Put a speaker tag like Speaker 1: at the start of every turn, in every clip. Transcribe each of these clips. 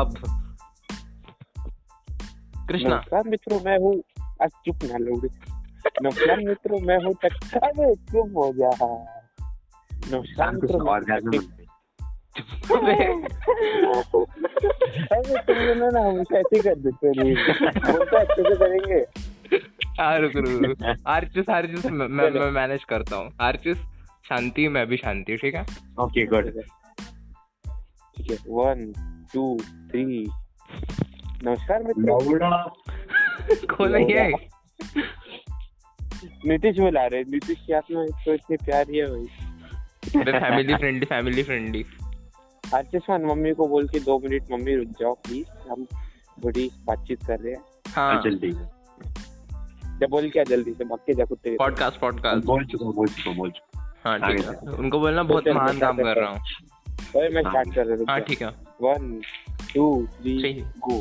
Speaker 1: अब कृष्णा
Speaker 2: नमस्कार मित्रों मैं हूँ आज चुप ना लोग नमस्कार मित्रों मैं हूँ तक अरे चुप हो गया नमस्कार
Speaker 3: शाम को
Speaker 2: मित्रों मैं हूँ
Speaker 3: ऑर्गेजम
Speaker 2: तक- अरे तुम लोगों ने ना हम कैसे कर देते हो रील? वो तो अच्छे से करेंगे
Speaker 1: हाँ, रुक रुक रुक। आर्चिस आर्चिस मैं मैं- मैं मैनेज करता हूँ आर्चिस शांति मैं भी शांति ठीक है
Speaker 3: ओके गुड
Speaker 2: ठीक है वन टू थ्री नमस्कार मित्रों
Speaker 1: खोला ही है
Speaker 2: नीतीश बुला रहे हैं। नीतीश की आत्मा इसको इतनी प्यारी है भाई
Speaker 1: family friendly family friendly
Speaker 2: Ashish Khan mummy को बोल के दो मिनट मम्मी रुक जाओ प्लीज हम बड़ी बातचीत कर रहे हैं
Speaker 1: हाँ
Speaker 3: जल्दी
Speaker 2: जब बोल क्या जल्दी से भाग के जा कुत्ते के।
Speaker 1: पॉडकास्ट पॉडकास्ट
Speaker 3: बोल चुका बोल चुका बोल चुका
Speaker 1: हाँ ठीक है
Speaker 3: आगे
Speaker 1: उनको बोलना बहुत
Speaker 2: चल,
Speaker 1: महान
Speaker 2: चल,
Speaker 1: काम
Speaker 2: चल,
Speaker 1: कर
Speaker 2: चल।
Speaker 1: रहा हूँ
Speaker 2: ओए मैं स्टार्ट कर रहा
Speaker 1: हाँ
Speaker 2: हूँ
Speaker 1: ठीक है
Speaker 2: वन टू थ्री
Speaker 1: ठीक।
Speaker 2: गो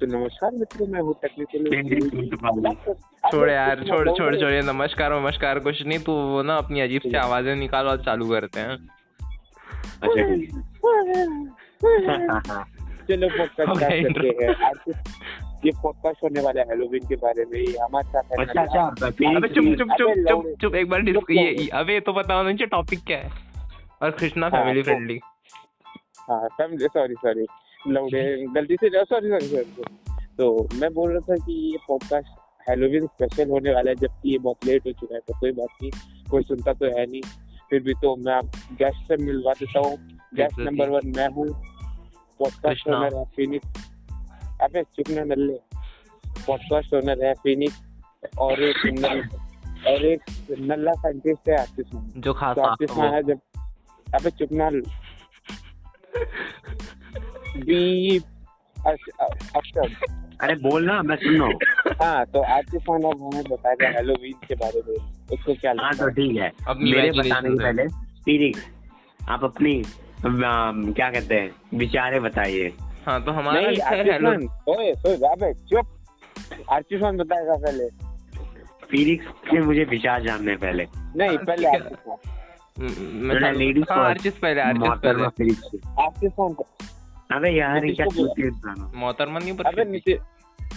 Speaker 2: तो नमस्कार मित्रों मैं हूँ
Speaker 3: केंद्रीय
Speaker 2: टेक्निकल
Speaker 3: प्रिंसिपल
Speaker 1: छोड़ यार छोड़ छोड़ छोड़ ये नमस्कार नमस्कार कुछ नहीं तू वो ना अपनी अजीब सी आवाजें निकाल और चालू करते हैं
Speaker 3: अच्छा ठीक है
Speaker 2: चलो पॉडकास्ट
Speaker 1: Okay,
Speaker 2: स्टार्ट करते
Speaker 1: intro.
Speaker 2: हैं आशीष ये पॉडकास्ट होने वाला है हेलोवीन के बारे में ये हमारे साथ है
Speaker 3: अच्छा अच्छा
Speaker 1: अबे चुप चुप
Speaker 2: अबे
Speaker 1: चुप चुप
Speaker 2: लौड़े।
Speaker 1: चुप एक बार
Speaker 2: चुप
Speaker 1: डिस्क
Speaker 2: क्या
Speaker 1: ये
Speaker 2: हुआ?
Speaker 1: ये- अबे ये तो बताओ ना टॉपिक क्या है और कृष्णा
Speaker 2: हाँ,
Speaker 1: फैमिली
Speaker 2: तो-
Speaker 1: फ्रेंडली
Speaker 2: हाँ समझे सॉरी सॉरी लौड़े गलती से सॉरी सॉरी सॉरी तो मैं बोल रहा था कि ये पॉडकास्ट हेलोवीन स्पेशल होने वाला है जबकि ये बहुत लेट हो चुका है तो कोई बात नहीं कोई सुनता तो है नहीं फिर भी तो मैं आप गेस्ट से मिलवा देता हूँ गेस्ट
Speaker 1: Exactly.
Speaker 2: नंबर वन मैं हूँ पॉडकास्ट
Speaker 1: कृष्णा।
Speaker 2: ओनर है फिनिक्स अबे चुप ना नल्ले पॉडकास्ट ओनर है फिनिक्स और एक नल- और एक नल्ला साइंटिस्ट है आशीष माना
Speaker 1: जो खास
Speaker 2: तो आशीष माना जब अबे चुप ना बी अक्षर
Speaker 3: अरे बोल ना मैं सुन रहा हूँ
Speaker 2: हाँ तो आज के फोन अब हमें बताएगा हेलोवीन के बारे में उसको क्या
Speaker 3: हाँ
Speaker 2: लगता
Speaker 3: तो
Speaker 2: है
Speaker 3: ठीक है
Speaker 1: अपनी
Speaker 3: मेरे
Speaker 1: imagination
Speaker 3: बताने से
Speaker 1: से।
Speaker 3: पहले फिनिक्स आप अपनी अम, क्या कहते हैं विचारे बताइए
Speaker 1: हाँ तो हमारा
Speaker 2: नहीं
Speaker 1: है
Speaker 2: आशीष
Speaker 1: हेलो
Speaker 2: खान ओए सोए अबे चुप आशीष खान बताएगा पहले
Speaker 3: फिनिक्स से मुझे विचार जानने हैं पहले
Speaker 2: नहीं
Speaker 1: हाँ,
Speaker 2: पहले
Speaker 1: ठीक है।
Speaker 2: आशीष खान
Speaker 1: मैं
Speaker 3: मैंने ladies
Speaker 1: हाँ
Speaker 3: first,
Speaker 1: आर्चिस पहले आर्चिस
Speaker 3: मोहतरमा
Speaker 1: पहले
Speaker 3: फिनिक्स से।
Speaker 2: आशीष खान को-
Speaker 3: अबे यार ये
Speaker 2: नीतीश
Speaker 3: क्या
Speaker 2: को बोला।
Speaker 3: चीज़ है इंसानों।
Speaker 1: मोहतरमा नहीं
Speaker 2: अबे
Speaker 1: पर
Speaker 2: नीतीश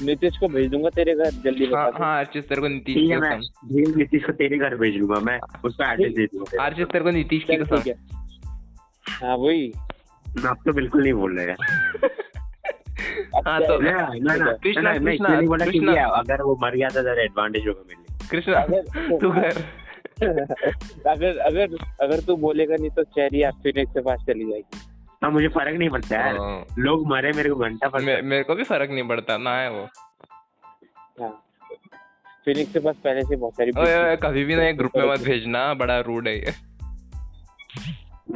Speaker 2: नीतीश को भेज दूंगा तेरे घर जल्दी
Speaker 1: हाँ
Speaker 2: बता दे।
Speaker 1: हाँ आर्चिस तेरे को नीतीश
Speaker 3: ठीक
Speaker 1: की
Speaker 3: है मैं
Speaker 1: कसम
Speaker 3: भेज नीतीश को तेरे घर भेजूंगा मैं उसका एड्रेस दे दूंगा
Speaker 1: आर्चिस तेरे को नीतीश की
Speaker 2: चल, ठीक
Speaker 1: कसम
Speaker 2: है हाँ वही
Speaker 3: मैं आप तो बिल्कुल नहीं बोल रहे हैं।
Speaker 1: हाँ
Speaker 2: अच्छा,
Speaker 1: तो
Speaker 3: ना, ना, ना,
Speaker 1: कृष्णा,
Speaker 3: ना, मैं
Speaker 1: कृष्णा,
Speaker 3: इसलिए नहीं बोला कि
Speaker 1: कृष्णा।
Speaker 3: ये अगर वो मर गया था जरा एडवांटेज होगा मेरे लिए
Speaker 1: कृष्णा
Speaker 2: अगर-
Speaker 1: तू कर
Speaker 2: अगर अगर अगर तू बोलेगा नहीं तो चेरी आप फिनिक्स के पास चली जाएगी
Speaker 3: हाँ मुझे फर्क नहीं पड़ता यार
Speaker 1: हाँ।
Speaker 3: लोग मरे मेरे को घंटा फर्क
Speaker 1: मे- मेरे को भी फर्क नहीं पड़ता ना है वो
Speaker 2: हाँ फिनिक्स के पास पहले से बहुत सारी
Speaker 1: ओए ओए, कभी भी ना ये ग्रुप में मत भेजना बड़ा रूड है ये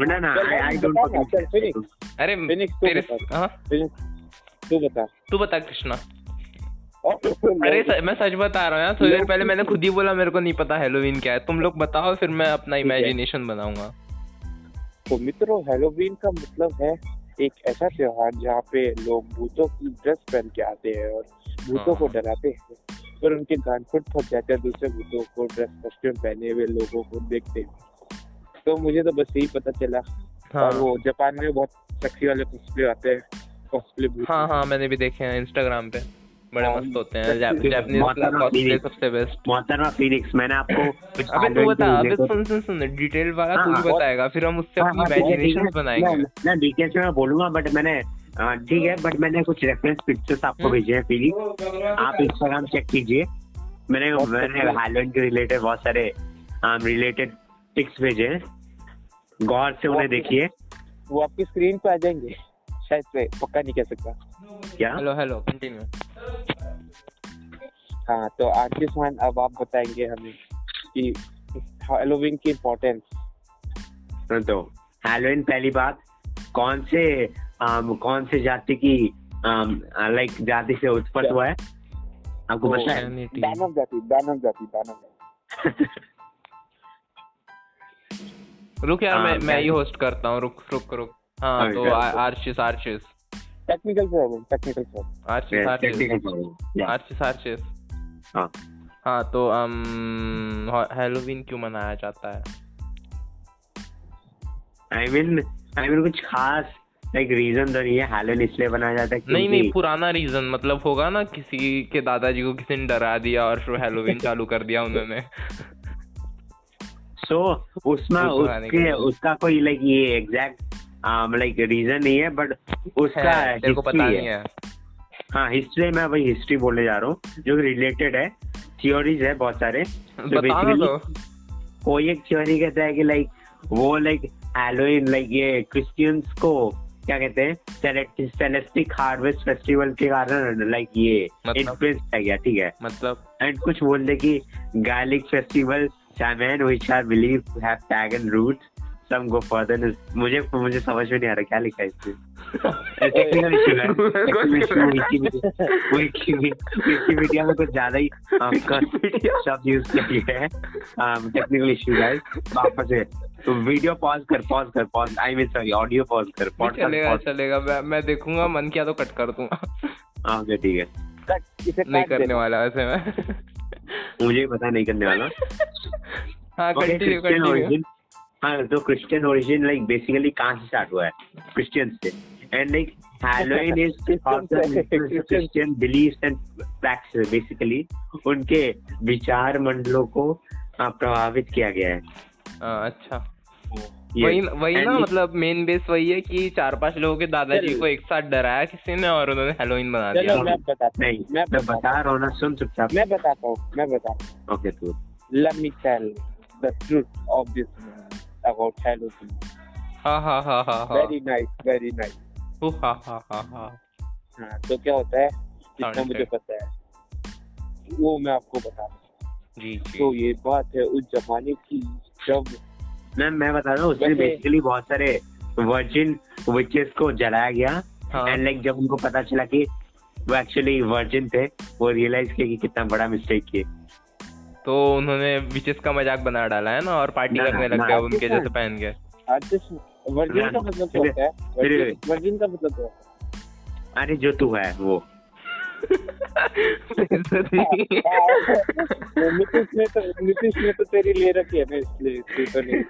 Speaker 3: ना ना
Speaker 2: चल,
Speaker 3: आई
Speaker 2: बता
Speaker 3: डोंट
Speaker 2: ना, चल, फिर-
Speaker 3: फकिंग
Speaker 1: अरे
Speaker 2: फिनिक्स तू
Speaker 1: तेरे
Speaker 2: बता।
Speaker 1: हाँ
Speaker 2: तू बता तो-
Speaker 1: तू बता कृष्णा अरे
Speaker 2: अरे
Speaker 1: स- मैं सच बता रहा हूँ यार थोड़ी देर पहले मैंने खुद ही बोला मेरे को नहीं पता हेलोवीन क्या है तुम लोग बताओ फिर मैं अपना
Speaker 2: ठीक है।
Speaker 1: इमेजिनेशन बनाऊंगा
Speaker 2: तो मित्रों हेलोवीन का मतलब है एक ऐसा त्योहार जहाँ पे लोग भूतों की ड्रेस पहन के आते हैं और भूतों को
Speaker 1: हाँ।
Speaker 2: डराते हैं पर उनके गान फुट फंस जाते हैं दूसरे भूतों को ड्रेस कॉस्ट्यूम पहने हुए लोगों को देखते हुए तो मुझे तो बस यही पता चला
Speaker 1: हाँ
Speaker 2: और वो जापान में बहुत सेक्सी वाले कॉस्प्ले आते हैं कॉस्प्ले भूत
Speaker 1: हाँ हाँ मैंने भी देखे हैं इंस्टाग्राम पे बड़े
Speaker 2: हाँ,
Speaker 1: मस्त होते हैं जैप-
Speaker 2: फिर-
Speaker 1: जापानीज
Speaker 3: मौसम में
Speaker 1: cosplay
Speaker 3: भी-
Speaker 1: सबसे बेस्ट
Speaker 3: मोहतरमा फिनिक्स मैंने आपको कुछ
Speaker 1: अबे तू
Speaker 3: advent
Speaker 1: बता
Speaker 3: के
Speaker 1: अबे
Speaker 3: लिए-
Speaker 1: सुन सुन सुन डिटेल वाला तू
Speaker 3: हाँ,
Speaker 1: ही
Speaker 3: हाँ,
Speaker 1: बताएगा फिर हम उससे
Speaker 3: हाँ,
Speaker 1: अपनी
Speaker 3: हाँ, ठीक है, ठीक है।
Speaker 1: इमेजिनेशन बनाएंगे
Speaker 3: ना- ना डिटेल्स में मैं बोलूंगा बट मैंने अ, ठीक है बट मैंने कुछ रेफरेंस पिक्चर्स आपको
Speaker 1: हम्म।
Speaker 3: भेजे हैं फिनिक्स आप इंस्टाग्राम चेक कीजिए मैंने
Speaker 2: बहुत
Speaker 3: मैंने
Speaker 2: अच्छा।
Speaker 3: हाईलैंड के रिलेटेड बहुत सारे रिलेटेड पिक्स भेजे हैं गौर से उन्हें
Speaker 2: बहुत-
Speaker 3: देखिए
Speaker 2: वो आपकी स्क्रीन पे आ जाएंगे शायद से पक्का नहीं कह सकता
Speaker 3: क्या
Speaker 1: हेलो हेलो कंटिन्यू
Speaker 2: हाँ तो आर्टिस्ट मान अब आप बताएंगे हमें कि हेलोवीन की इम्पोर्टेंस
Speaker 3: तो हेलोइन पहली बात कौन से अम, कौन से जाति की लाइक जाति से उत्पन्न
Speaker 2: क्या?
Speaker 3: हुआ है आपको
Speaker 2: ओ,
Speaker 3: पता
Speaker 1: Oh,
Speaker 3: है
Speaker 2: दानव जाति दानव जाति दानव जाति
Speaker 1: रुक यार
Speaker 3: हाँ,
Speaker 1: मैं मैं
Speaker 3: क्या-
Speaker 1: ही होस्ट करता हूँ रुक रुक रुक हाँ
Speaker 3: हाँ,
Speaker 1: तो
Speaker 3: क्या-
Speaker 1: आ- Archis Archis
Speaker 2: technical problem technical problem
Speaker 1: Archis
Speaker 3: Yes,
Speaker 1: Archis
Speaker 3: technical problem. Yeah.
Speaker 1: Archis Archis
Speaker 3: हाँ।
Speaker 1: हाँ तो um, हेलोवीन क्यों मनाया जाता है
Speaker 3: आई मीन आई मीन कुछ खास लाइक रीजन तो नहीं है हेलोइन इसलिए बनाया जाता है
Speaker 1: नहीं नहीं
Speaker 3: क्योंकि-
Speaker 1: पुराना रीजन मतलब होगा ना किसी के दादाजी को किसी ने डरा दिया और फिर हेलोविन चालू कर दिया उन्होंने
Speaker 3: सो उसमें
Speaker 1: वो पुराने
Speaker 3: उसके
Speaker 1: के-
Speaker 3: उसका कोई लाइक ये एग्जैक्ट लाइक रीजन नहीं है बट उसका
Speaker 1: है, तेरे को
Speaker 3: history
Speaker 1: पता
Speaker 3: है।
Speaker 1: नहीं है
Speaker 3: हाँ हिस्ट्री मैं वही हिस्ट्री बोलने जा रहा हूँ जो रिलेटेड है थियोरीज है बहुत सारे तो
Speaker 1: बता ना
Speaker 3: बेसिकली
Speaker 1: तो
Speaker 3: कोई एक थ्योरी कहता है कि लाइक वो लाइक हेलोइन लाइक ये क्रिश्चियंस को क्या कहते हैं सेलेस्टिक हार्वेस्ट फेस्टिवल के कारण लाइक ये
Speaker 1: मतलब?
Speaker 3: इन्फ्लुएंस किया गया ठीक है
Speaker 1: मतलब
Speaker 3: एंड कुछ बोलते कि garlic festival शामैन which are believe to have pagan root some go further मुझे मुझे समझ में नहीं आ रहा क्या लिखा है इसमें Technical issue है। Technical issue है। Wikipedia- Wikipedia- Wikipedia में कुछ ज्यादा ही um, curse शब्द यूज किए हैं टेक्निकल इश्यू गाइस वापस से तो वीडियो पॉज कर पॉज कर pause I mean sorry audio pause कर
Speaker 1: नहीं, चलेगा
Speaker 3: पॉज
Speaker 1: चलेगा मैं मैं देखूंगा मन किया तो कट कर दूंगा
Speaker 3: हाँ okay, ठीक है
Speaker 2: कट इसे
Speaker 1: नहीं
Speaker 2: काट
Speaker 1: करने
Speaker 2: दे
Speaker 1: वाला वैसे मैं
Speaker 3: मुझे पता नहीं करने वाला
Speaker 1: हाँ
Speaker 3: Okay,
Speaker 1: continue
Speaker 3: Christian
Speaker 1: continue
Speaker 3: origin. हाँ तो क्रिश्चियन ओरिजिन लाइक बेसिकली कहाँ से स्टार्ट हुआ है क्रिश्चियन से and like Halloween is
Speaker 2: Christian से, Christian से।
Speaker 3: Christian believes and practice basically उनके विचार मंडलों को आ, प्रभावित किया गया है
Speaker 1: अच्छा
Speaker 3: Yes.
Speaker 1: वही वही ना
Speaker 3: And-
Speaker 1: मतलब मेन बेस वही है कि चार पांच लोगों के दादाजी
Speaker 2: चल।
Speaker 1: को एक साथ डराया किसी ने और उन्होंने हेलोइन बना दिया
Speaker 2: चलो मैं बताता
Speaker 3: नहीं
Speaker 2: हूँ मैं
Speaker 3: मैं
Speaker 2: बताता
Speaker 3: बता रहा हूँ ना सुन चुपचाप
Speaker 2: हूँ मैं बताता हूँ मैं बताता हूँ
Speaker 3: ओके तू
Speaker 2: let me tell the truth of this man about Halloween.
Speaker 1: हाँ हाँ हाँ हाँ हाँ
Speaker 2: Very nice, very nice.
Speaker 1: ओ, हाँ हाँ हाँ हाँ
Speaker 2: हाँ, तो क्या होता है जितना
Speaker 1: Sound
Speaker 2: मुझे
Speaker 1: effect.
Speaker 2: पता है वो मैं आपको बता रहा हूँ
Speaker 1: जी जी
Speaker 2: तो ये बात है उस जमाने की जब
Speaker 3: मैम मैं बता रहा हूँ उसमें
Speaker 2: वैसे-
Speaker 3: बेसिकली बहुत सारे वर्जिन विचेस को जलाया गया
Speaker 1: हाँ
Speaker 3: एंड लाइक जब उनको पता चला कि वो एक्चुअली वर्जिन थे वो रियलाइज किया कि कितना बड़ा मिस्टेक किए
Speaker 1: तो उन्होंने विचेस का मजाक बना डाला है ना और पार्टी
Speaker 3: ना,
Speaker 1: करने लग
Speaker 3: ना,
Speaker 1: गए
Speaker 3: आपके
Speaker 1: उनके
Speaker 2: साथ।
Speaker 1: जैसे पहन के
Speaker 2: आर्टिस्ट वर्जिन का मतलब क्या
Speaker 3: फिर-
Speaker 2: होता है
Speaker 3: हाँ, फिर-
Speaker 2: वर्जिन- वर्जिन का मतलब क्या होता
Speaker 3: अरे जो तू है वो
Speaker 2: है हाँ, नीतीश ने तो नीतीश ने तो तेरी ले रखी है ना इसलिए तू तो नहीं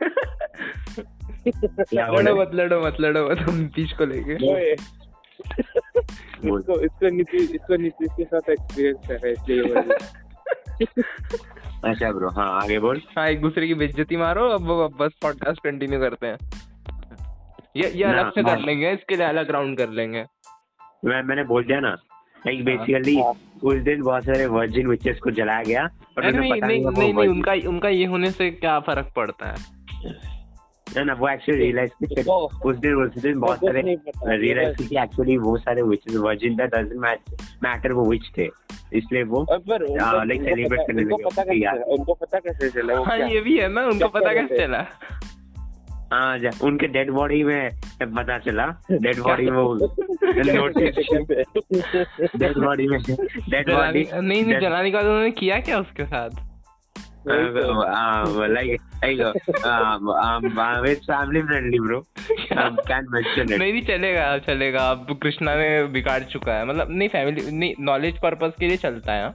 Speaker 3: क्या
Speaker 1: लड़ो
Speaker 3: बोले?
Speaker 1: मत लड़ो मत लड़ो मत हम नीतीश को लेके
Speaker 2: ओए,
Speaker 3: बोल।
Speaker 2: तो इसको इसको नीतीश इसको नीतीश के साथ एक्सपीरियंस है इसलिए ये वर्जिन
Speaker 3: अच्छा ब्रो हाँ आगे बोल
Speaker 1: हाँ एक दूसरे की बेइज्जती मारो अब अब बस पॉडकास्ट कंटिन्यू करते हैं ये ये
Speaker 3: ना,
Speaker 1: अलग से कर
Speaker 3: ना।
Speaker 1: लेंगे इसके लिए अलग राउंड कर लेंगे
Speaker 3: मैं मैंने बोल दिया ना लाइक बेसिकली
Speaker 2: हाँ।
Speaker 3: उस दिन बहुत सारे वर्जिन विचेस को जलाया गया और
Speaker 1: नहीं
Speaker 3: उन्हें
Speaker 1: नहीं नहीं,
Speaker 3: पता नहीं था वो
Speaker 1: नहीं, नहीं
Speaker 3: virgin-
Speaker 1: उनका उनका ये होने से क्या फर्क पड़ता है
Speaker 3: ना ना वो एक्चुअली रियलाइज
Speaker 2: तो-
Speaker 3: उस दिन उस दिन बहुत
Speaker 2: कुछ
Speaker 3: सारे
Speaker 2: नहीं पता।
Speaker 3: रियलाइज की एक्चुअली वो सारे witches virgin that doesn't matter वो विच थे इसलिए वो
Speaker 2: और पर उनको-
Speaker 3: हाँ, like
Speaker 2: उनको
Speaker 3: celebrate
Speaker 2: पता-
Speaker 3: करने
Speaker 2: उनको
Speaker 3: लगे,
Speaker 2: पता
Speaker 3: ओके
Speaker 2: कैसे
Speaker 3: यार।
Speaker 2: चला उनको पता कैसे चला वो
Speaker 1: हाँ
Speaker 2: क्या
Speaker 1: ये भी है ना उनको
Speaker 2: क्या
Speaker 1: पता
Speaker 2: करेंगे?
Speaker 1: कैसे चला
Speaker 3: हाँ जा- उनके डेड बॉडी में पता चला डेड बॉडी में
Speaker 2: कैसे-
Speaker 3: डेड
Speaker 2: कैसे-
Speaker 3: बॉडी में डेड बॉडी
Speaker 1: जलाने नहीं नहीं जलाने के बाद उन्होंने किया क्या उसके साथ
Speaker 3: like like family friendly bro can mention it
Speaker 1: नहीं नहीं चलेगा चलेगा अब कृष्णा ने बिगाड़ चुका है मतलब नहीं फैमिली नहीं नॉलेज पर्पस के लिए चलता है हाँ।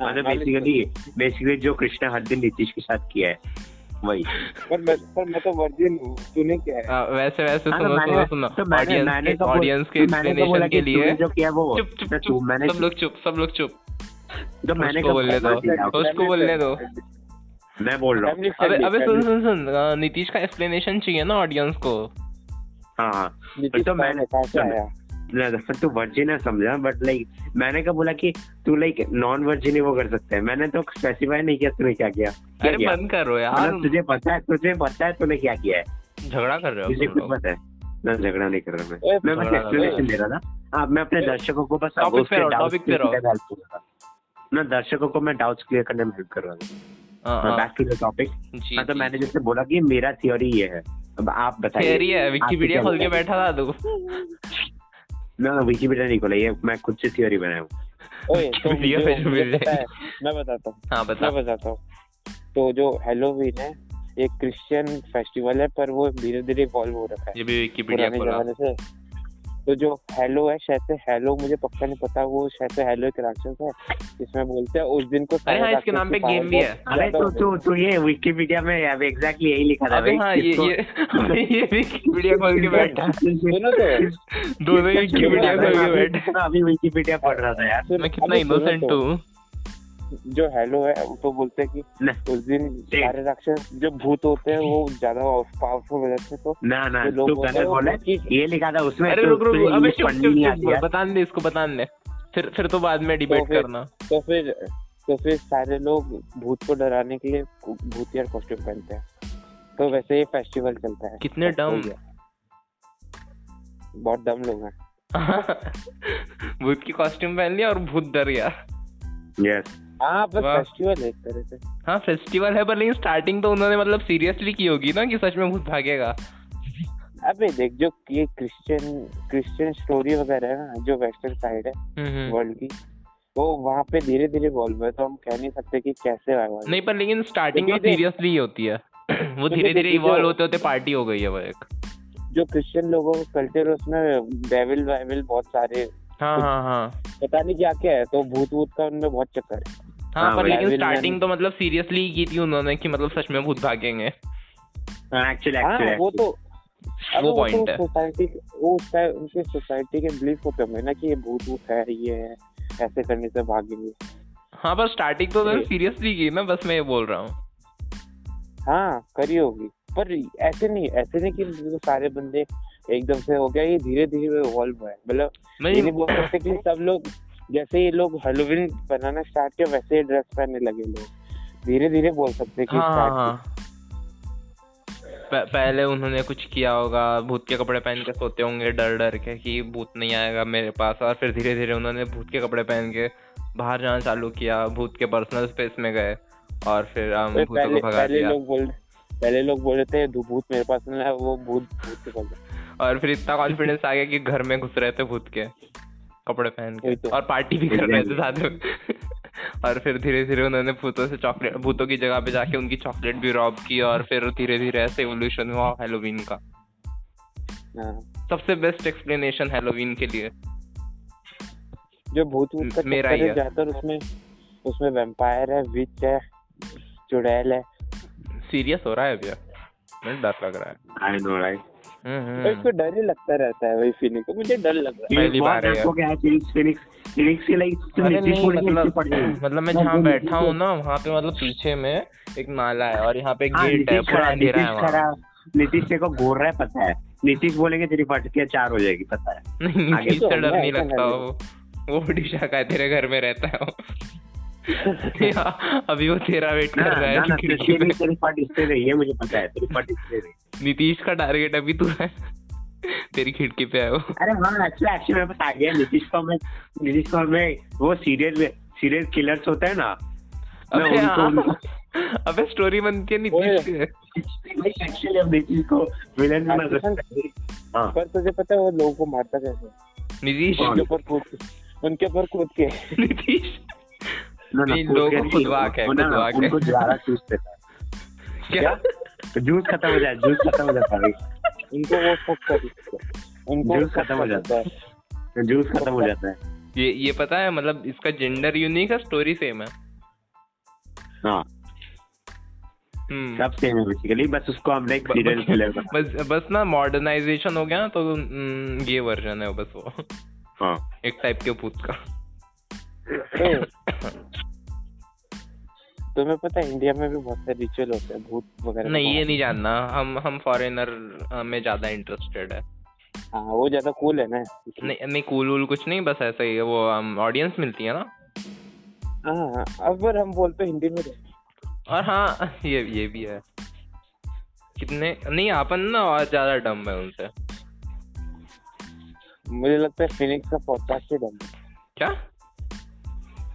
Speaker 2: हाँ,
Speaker 3: मतलब
Speaker 2: knowledge
Speaker 3: बेसिकली बेसिकली जो कृष्णा हर दिन नीतीश के साथ किया है वही
Speaker 2: पर मैं पर मैं तो वर्जिन हूँ तूने क्या है
Speaker 1: आ, वैसे वैसे
Speaker 3: हाँ, तो
Speaker 1: सुनो
Speaker 3: मैंने-
Speaker 1: सुनो सुनो
Speaker 3: तो मैंने- मैंने
Speaker 1: ऑडियंस
Speaker 3: तो बोल-
Speaker 1: ऑडियंस के
Speaker 3: तो मैंने तो बोला
Speaker 1: एक्सप्लेनेशन के
Speaker 3: कि
Speaker 1: लिए
Speaker 3: तूने जो किया वो
Speaker 1: चुप चुप
Speaker 3: तो तू
Speaker 1: चुप
Speaker 3: मैंने
Speaker 1: सब लोग चुप सब लोग चुप
Speaker 3: तो मैंने
Speaker 1: उसको
Speaker 3: कब-
Speaker 1: बोलने दो।
Speaker 3: मैं-
Speaker 1: उसको बोलने दो।
Speaker 3: मैं बोल रहा हूँ
Speaker 2: Family
Speaker 1: अबे
Speaker 2: friendly,
Speaker 1: अबे सुन
Speaker 2: family-
Speaker 1: सुन सुन आ, नीतीश का एक्सप्लेनेशन चाहिए ना ऑडियंस को
Speaker 3: हाँ हाँ
Speaker 2: नीतीश
Speaker 3: तो
Speaker 2: कहाँ
Speaker 3: मैंने-
Speaker 2: कहाँ से
Speaker 3: सुन,
Speaker 2: आया?
Speaker 3: ना सर तू वर्जिन है समझा बट लाइक मैंने क्या बोला कि तू लाइक नॉन वर्जिन ही वो कर सकता है मैंने तो स्पेसिफाई नहीं किया तूने क्या किया क्या
Speaker 1: अरे
Speaker 3: किया?
Speaker 1: बंद करो यार
Speaker 3: मतलब तुझे पता है तुझे पता है तूने क्या किया है
Speaker 1: झगड़ा कर रहे हो
Speaker 3: तुझे
Speaker 1: तुम
Speaker 3: कुछ
Speaker 1: लोग
Speaker 3: पता है ना झगड़ा नहीं कर रहा मैं
Speaker 2: ओए,
Speaker 3: मैं बस
Speaker 1: झगड़ा
Speaker 3: एक्सप्लेनेशन
Speaker 1: कर।
Speaker 3: दे रहा था आप मैं अपने
Speaker 2: ओए,
Speaker 3: दर्शकों को बस
Speaker 1: topic
Speaker 3: उसके
Speaker 1: पे रहो,
Speaker 3: doubts
Speaker 1: topic पे
Speaker 3: clear
Speaker 1: रहो।
Speaker 3: करने में help कर रहा था। मैं दर्शकों को मैं डाउट्स क्लियर करने में हेल्प कर रहा था
Speaker 1: हाँ, हाँ,
Speaker 3: बैक टू द टॉपिक
Speaker 1: जी
Speaker 3: हाँ तो मैंने जैसे बोला कि मेरा थियोरी ये है अब आप बताइए
Speaker 1: थियरी है विकिपीडिया
Speaker 3: आपकी
Speaker 1: खोल के
Speaker 3: क्या
Speaker 1: बैठा था तू
Speaker 3: ना विकिपीडिया नहीं खोला ये मैं खुद से थियोरी बनाया हूँ
Speaker 2: ओए, तो
Speaker 1: Video
Speaker 2: मुझे-
Speaker 1: पे जो
Speaker 2: मुझे
Speaker 1: मिल
Speaker 2: पता है, मैं बताता हूँ
Speaker 1: हाँ
Speaker 2: मैं
Speaker 1: बता
Speaker 2: बताता हूँ तो जो हेलोवीन है एक क्रिश्चियन फेस्टिवल है पर वो धीरे धीरे इवॉल्व हो रखा है
Speaker 1: ये भी विकिपीडिया
Speaker 2: पुराने
Speaker 1: खोला
Speaker 2: जमाने से तो जो हेलो है शायद से हेलो मुझे पक्का नहीं पता वो शायद से हेलो एक राक्षस है जिसमें बोलते हैं उस दिन को
Speaker 1: अरे हाँ
Speaker 2: सारे
Speaker 1: इसके नाम पे
Speaker 2: राक्षस के
Speaker 1: गेम भी है
Speaker 2: power
Speaker 3: अरे
Speaker 2: बहुत
Speaker 3: तो
Speaker 2: ज्यादा
Speaker 3: तो
Speaker 2: होते
Speaker 3: तो ये विकिपीडिया में अभी एग्जैक्टली यही लिखा था
Speaker 1: अबे
Speaker 3: भाई
Speaker 1: हाँ ये
Speaker 3: इसको-
Speaker 1: ये अबे ये विकिपीडिया खोल के बैठा
Speaker 2: हैं। सुनो तो
Speaker 3: इस-
Speaker 1: दोनों ही विकिपीडिया खोल के
Speaker 3: अभी-
Speaker 1: बैठा
Speaker 3: अभी विकिपीडिया पढ़ रहा था यार
Speaker 2: सुन-
Speaker 1: मैं कितना
Speaker 2: अबे सुनो
Speaker 1: इनोसेंट
Speaker 2: तो,
Speaker 1: हूँ
Speaker 2: जो हेलो है वो तो बोलते हैं
Speaker 3: नहीं।
Speaker 2: कि उस दिन
Speaker 3: देख।
Speaker 2: सारे राक्षस जो भूत होते हैं वो ज्यादा पावरफुल हो जाते हैं तो
Speaker 3: ना ना
Speaker 2: जो लोग
Speaker 3: तू
Speaker 2: होते
Speaker 3: गलत
Speaker 2: हैं, वो
Speaker 3: बोला है।
Speaker 2: बाकी-
Speaker 3: ये लिखा था उसमें
Speaker 1: अरे
Speaker 3: तो-
Speaker 1: रुक रुक
Speaker 3: तो ये
Speaker 1: अबे चुप
Speaker 3: पढ़नी नहीं
Speaker 1: चुप
Speaker 3: आती यार।
Speaker 1: बताने दे इसको बताने दे फिर फिर तो बाद में डिबेट
Speaker 2: फिर-
Speaker 1: करना
Speaker 2: तो फिर तो फिर सारे लोग भूत को डराने के लिए भूतिया कॉस्ट्यूम पहनते हैं तो वैसे ये फेस्टिवल चलता है
Speaker 1: कितने
Speaker 2: बस वही
Speaker 1: dumb।
Speaker 2: है। बहुत दम लोग हैं
Speaker 1: भूत की कॉस्ट्यूम पहन लिया और भूत डर गया
Speaker 3: Yes.
Speaker 2: हाँ बस
Speaker 1: वाह।
Speaker 2: फेस्टिवल है एक तरह से
Speaker 1: हाँ फेस्टिवल है पर लेकिन स्टार्टिंग तो उन्होंने मतलब सीरियसली की होगी ना कि सच में भूत भागेगा
Speaker 2: अबे देख जो ये क्रिश्चियन क्रिश्चियन स्टोरी वगैरह है ना जो वेस्टर्न साइड है
Speaker 1: हम्म, हम्म।
Speaker 2: वर्ल्ड की वो वहाँ पे धीरे धीरे इवॉल्व है तो हम कह नहीं सकते कि कैसे हुआ है।
Speaker 1: नहीं पर लेकिन स्टार्टिंग तो
Speaker 2: क्योंकि देख-
Speaker 1: सीरियसली ही होती है वो
Speaker 2: क्योंकि
Speaker 1: धीरे धीरे
Speaker 2: देख-
Speaker 1: इवॉल्व
Speaker 2: जो-
Speaker 1: होते होते पार्टी हो गई है वो एक
Speaker 2: जो क्रिश्चियन लोगों का कल्चर है उसमें डेविल वाइविल बहुत सारे
Speaker 1: हाँ हाँ हाँ
Speaker 2: पता नहीं क्या क्या है तो भूत वूत का उनमें बहुत चक्कर है
Speaker 1: हाँ
Speaker 3: हाँ,
Speaker 1: पर
Speaker 3: भाई,
Speaker 1: लेकिन
Speaker 2: विलन-
Speaker 1: स्टार्टिंग तो मतलब सीरियसली की थी उन्होंने कि मतलब सच में भूत भागेंगे
Speaker 3: हाँ, actually,
Speaker 2: हाँ
Speaker 3: actually,
Speaker 2: वो तो अब
Speaker 1: वो
Speaker 2: वो तो-
Speaker 1: पॉइंट है
Speaker 2: सोसाइटी वो उस टाइम उनके सोसाइटी के बिलीफ को कम है ना कि ये भूत भूत है ये है ऐसे करने से भागेंगे
Speaker 1: हाँ पर स्टार्टिंग तो
Speaker 2: ये-
Speaker 1: सीरियसली की ना बस मैं ये बोल रहा हूँ
Speaker 2: हाँ करी होगी पर ऐसे नहीं ऐसे नहीं कि बिल्कुल सारे बंदे एकदम से हो गया ये धीरे धीरे इवॉल्व हुआ है मतलब ये नहीं बोल सकते कि सब लोग जैसे ये लोग हेलोविन बनाना स्टार्ट किया वैसे ही ड्रेस पहनने लगे लोग धीरे धीरे बोल सकते हैं कि
Speaker 1: हाँ हाँ
Speaker 2: start
Speaker 1: हाँ प- पहले उन्होंने कुछ किया होगा भूत के कपड़े पहन के सोते होंगे डर डर के कि भूत नहीं आएगा मेरे पास और फिर धीरे धीरे उन्होंने भूत के कपड़े पहन के बाहर जाना चालू किया भूत के पर्सनल स्पेस में गए और फिर हम
Speaker 2: अरे
Speaker 1: भूतों को
Speaker 2: पहले
Speaker 1: तो भगा
Speaker 2: पहले
Speaker 1: दिया
Speaker 2: लोग बोल पहले लोग बोल रहे थे "दू- भूत मेरे पास नहीं है वो भूत भूत के पास है।"
Speaker 1: और फिर इतना कॉन्फिडेंस आ गया कि घर में घुस रहे थे भूत के कपड़े पहन के
Speaker 2: वही तो।
Speaker 1: और पार्टी भी कर रहे थे साथ में और फिर धीरे धीरे उन्होंने भूतों से चॉकलेट भूतों की जगह पे जाके उनकी चॉकलेट भी रॉब की और फिर धीरे धीरे ऐसे एवोल्यूशन हुआ हेलोवीन का
Speaker 2: हाँ।
Speaker 1: सबसे बेस्ट एक्सप्लेनेशन हेलोवीन के लिए
Speaker 2: जो भूत भूत का
Speaker 1: म- मेरा ही
Speaker 2: चक्कर है
Speaker 1: है।
Speaker 2: ज्यादातर उसमें उसमें वैम्पायर है विच है चुड़ैल है
Speaker 1: हम्म। सीरियस हो रहा है भैया मुझे डर लग रहा है
Speaker 3: I know, right?
Speaker 2: तो
Speaker 1: हम्म,
Speaker 2: इसको डर ही लगता रहता है वही फीलिंग को मुझे डर लग रहा
Speaker 3: ये
Speaker 1: पहली
Speaker 3: बहुत
Speaker 1: बार है
Speaker 3: आपको क्या है, Phoenix- Phoenix- Phoenix के like तुम
Speaker 1: अरे
Speaker 3: नीचे
Speaker 1: नहीं
Speaker 3: पढ़ के नीचे
Speaker 1: मतलब
Speaker 3: पढ़ जाओ।
Speaker 1: मतलब मैं जहाँ बैठा हूँ ना वहाँ पे मतलब पीछे में एक नाला है और यहाँ पे
Speaker 3: हाँ,
Speaker 1: गेट है
Speaker 3: नीतीश
Speaker 1: पूरा
Speaker 3: खरा-
Speaker 1: अंधेरा है
Speaker 3: नीतीश
Speaker 1: वहाँ
Speaker 3: खरा- नीतीश तेरे को घोर रहा है पता है नीतीश बोलेंगे तेरी फटके चार हो जाएगी पता है
Speaker 1: नहीं
Speaker 3: आगे
Speaker 1: नीतीश
Speaker 2: तो
Speaker 1: से डर
Speaker 2: होगा
Speaker 1: नहीं
Speaker 2: ऐसा
Speaker 1: लगता
Speaker 2: नहीं।
Speaker 1: वो वो उड़ीसा का है, तेरे घर में रहता है वो या, अभी वो तेरा वेट
Speaker 3: ना
Speaker 1: कर रहा
Speaker 3: ना
Speaker 1: है
Speaker 3: ना
Speaker 1: खिड़की
Speaker 3: तेरी
Speaker 1: पे।
Speaker 3: तेरी फट इससे रही है मुझे पता है तेरी फट इससे रही है।
Speaker 1: नीतीश का टारगेट अभी तू है तेरी खिड़की पे है वो
Speaker 3: अरे हाँ एक्चुअली एक्चुअली मेरे पास आ गया नीतीश को मैं नीतीश को मैं वो सीरियल सीरियल किलर्स होते हैं ना मैं
Speaker 1: अबे
Speaker 3: उनको-
Speaker 1: हाँ, अबे स्टोरी बनती है नीतीश की
Speaker 3: एक्चुअली अब नीतीश को विलन बना सकते हैं। हाँ
Speaker 2: है पर तुझे पता है वो लोगों को मारता कैसे है?
Speaker 1: नीतीश
Speaker 3: कौन?
Speaker 2: उनके ऊपर कूद के- उनके ऊपर कूद के
Speaker 1: नीतीश
Speaker 3: ना ना
Speaker 1: नहीं,
Speaker 3: कूद
Speaker 1: लोगों
Speaker 3: के
Speaker 1: को
Speaker 3: नहीं,
Speaker 1: खुदवा के,
Speaker 3: वो ना,
Speaker 1: खुदवा के।
Speaker 3: उनको ज्वारा चूस देता है
Speaker 1: क्या
Speaker 3: तो जूस खत्म हो जाए जूस खत्म हो जाता है भाई।
Speaker 2: उनको वो फक कर उनको
Speaker 3: जूस खत्म हो जाता
Speaker 2: है
Speaker 3: जूस खत्म हो जाता है
Speaker 1: ये ये पता है मतलब इसका जेंडर यूनिक है स्टोरी सेम है
Speaker 3: हाँ
Speaker 1: हम्म
Speaker 3: सब सेम है बेसिकली बस उसको हमने एक
Speaker 1: ब-
Speaker 3: सीरियल
Speaker 1: बस-
Speaker 3: किलर बना
Speaker 1: बस बस ना मॉडर्नाइजेशन हो गया ना, तो ये वर्जन है बस वो
Speaker 3: हाँ
Speaker 1: एक टाइप के भूत का
Speaker 2: तो- तुम्हें पता है इंडिया में भी बहुत सारे रिचुअल होते हैं भूत वगैरह
Speaker 1: नहीं
Speaker 2: का।
Speaker 1: ये नहीं जानना हम हम फॉरेनर में ज्यादा इंटरेस्टेड है
Speaker 2: हाँ वो ज्यादा कूल है ना इसलिए।
Speaker 1: नहीं नहीं कूल वूल कुछ नहीं बस ऐसा ही है, वो हम ऑडियंस मिलती है ना
Speaker 2: हाँ हाँ, अब पर हम बोलते हैं हिंदी में रहते हैं।
Speaker 1: और हाँ ये ये भी है कितने नहीं अपन ना और ज्यादा डम है उनसे
Speaker 2: मुझे लगता है फिनिक्स का पॉडकास्ट ही डम है
Speaker 1: क्या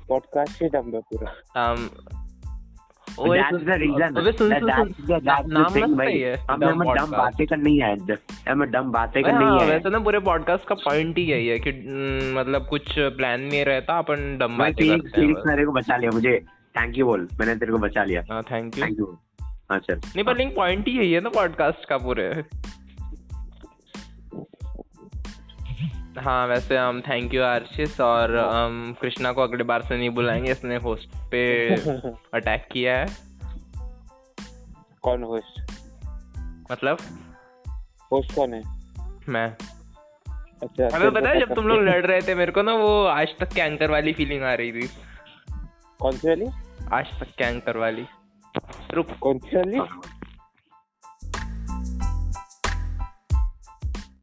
Speaker 2: पॉडकास्ट ही डम है पूरा
Speaker 1: um,
Speaker 3: तो that's the reason.
Speaker 1: अबे सुन
Speaker 3: That-
Speaker 1: सुन
Speaker 3: that's
Speaker 1: सुन
Speaker 3: the- that's the
Speaker 1: नाम
Speaker 3: thing,
Speaker 1: मस्त
Speaker 3: भाई।
Speaker 1: है ये
Speaker 3: हमें- हमें डम
Speaker 1: podcast.
Speaker 3: बातें करनी है आज। हमें डम बातें
Speaker 1: अरे
Speaker 3: करनी
Speaker 1: हाँ,
Speaker 3: है
Speaker 1: वैसे ना पूरे पॉडकास्ट का पॉइंट ही यही है कि न, मतलब कुछ प्लान नहीं रहता अपन डम
Speaker 3: मैं
Speaker 1: बातें
Speaker 3: Phoenix-
Speaker 1: करते हैं
Speaker 3: Phoenix मेरे को बचा लिया मुझे थैंक यू बोल मैंने तेरे को बचा लिया
Speaker 1: बस थैंक यू
Speaker 3: थैंक यू हाँ चल
Speaker 1: नहीं पर लिंक पॉइंट ही यही है ना पॉडकास्ट का पूरे हाँ वैसे हम थैंक यू आर्शिस और हम कृष्णा को अगले बार से नहीं बुलाएंगे इसने होस्ट पे अटैक किया है
Speaker 2: कौन होस्ट
Speaker 1: मतलब
Speaker 2: होस्ट कौन है
Speaker 1: मैं
Speaker 2: अच्छा
Speaker 1: हमें
Speaker 2: फिर
Speaker 1: पता है
Speaker 2: बता
Speaker 1: जब तुम लोग लड़ रहे थे मेरे को ना वो आज तक के एंकर वाली फीलिंग आ रही थी
Speaker 2: कौन सी वाली
Speaker 1: आज तक के एंकर वाली रुक
Speaker 2: कौन सी वाली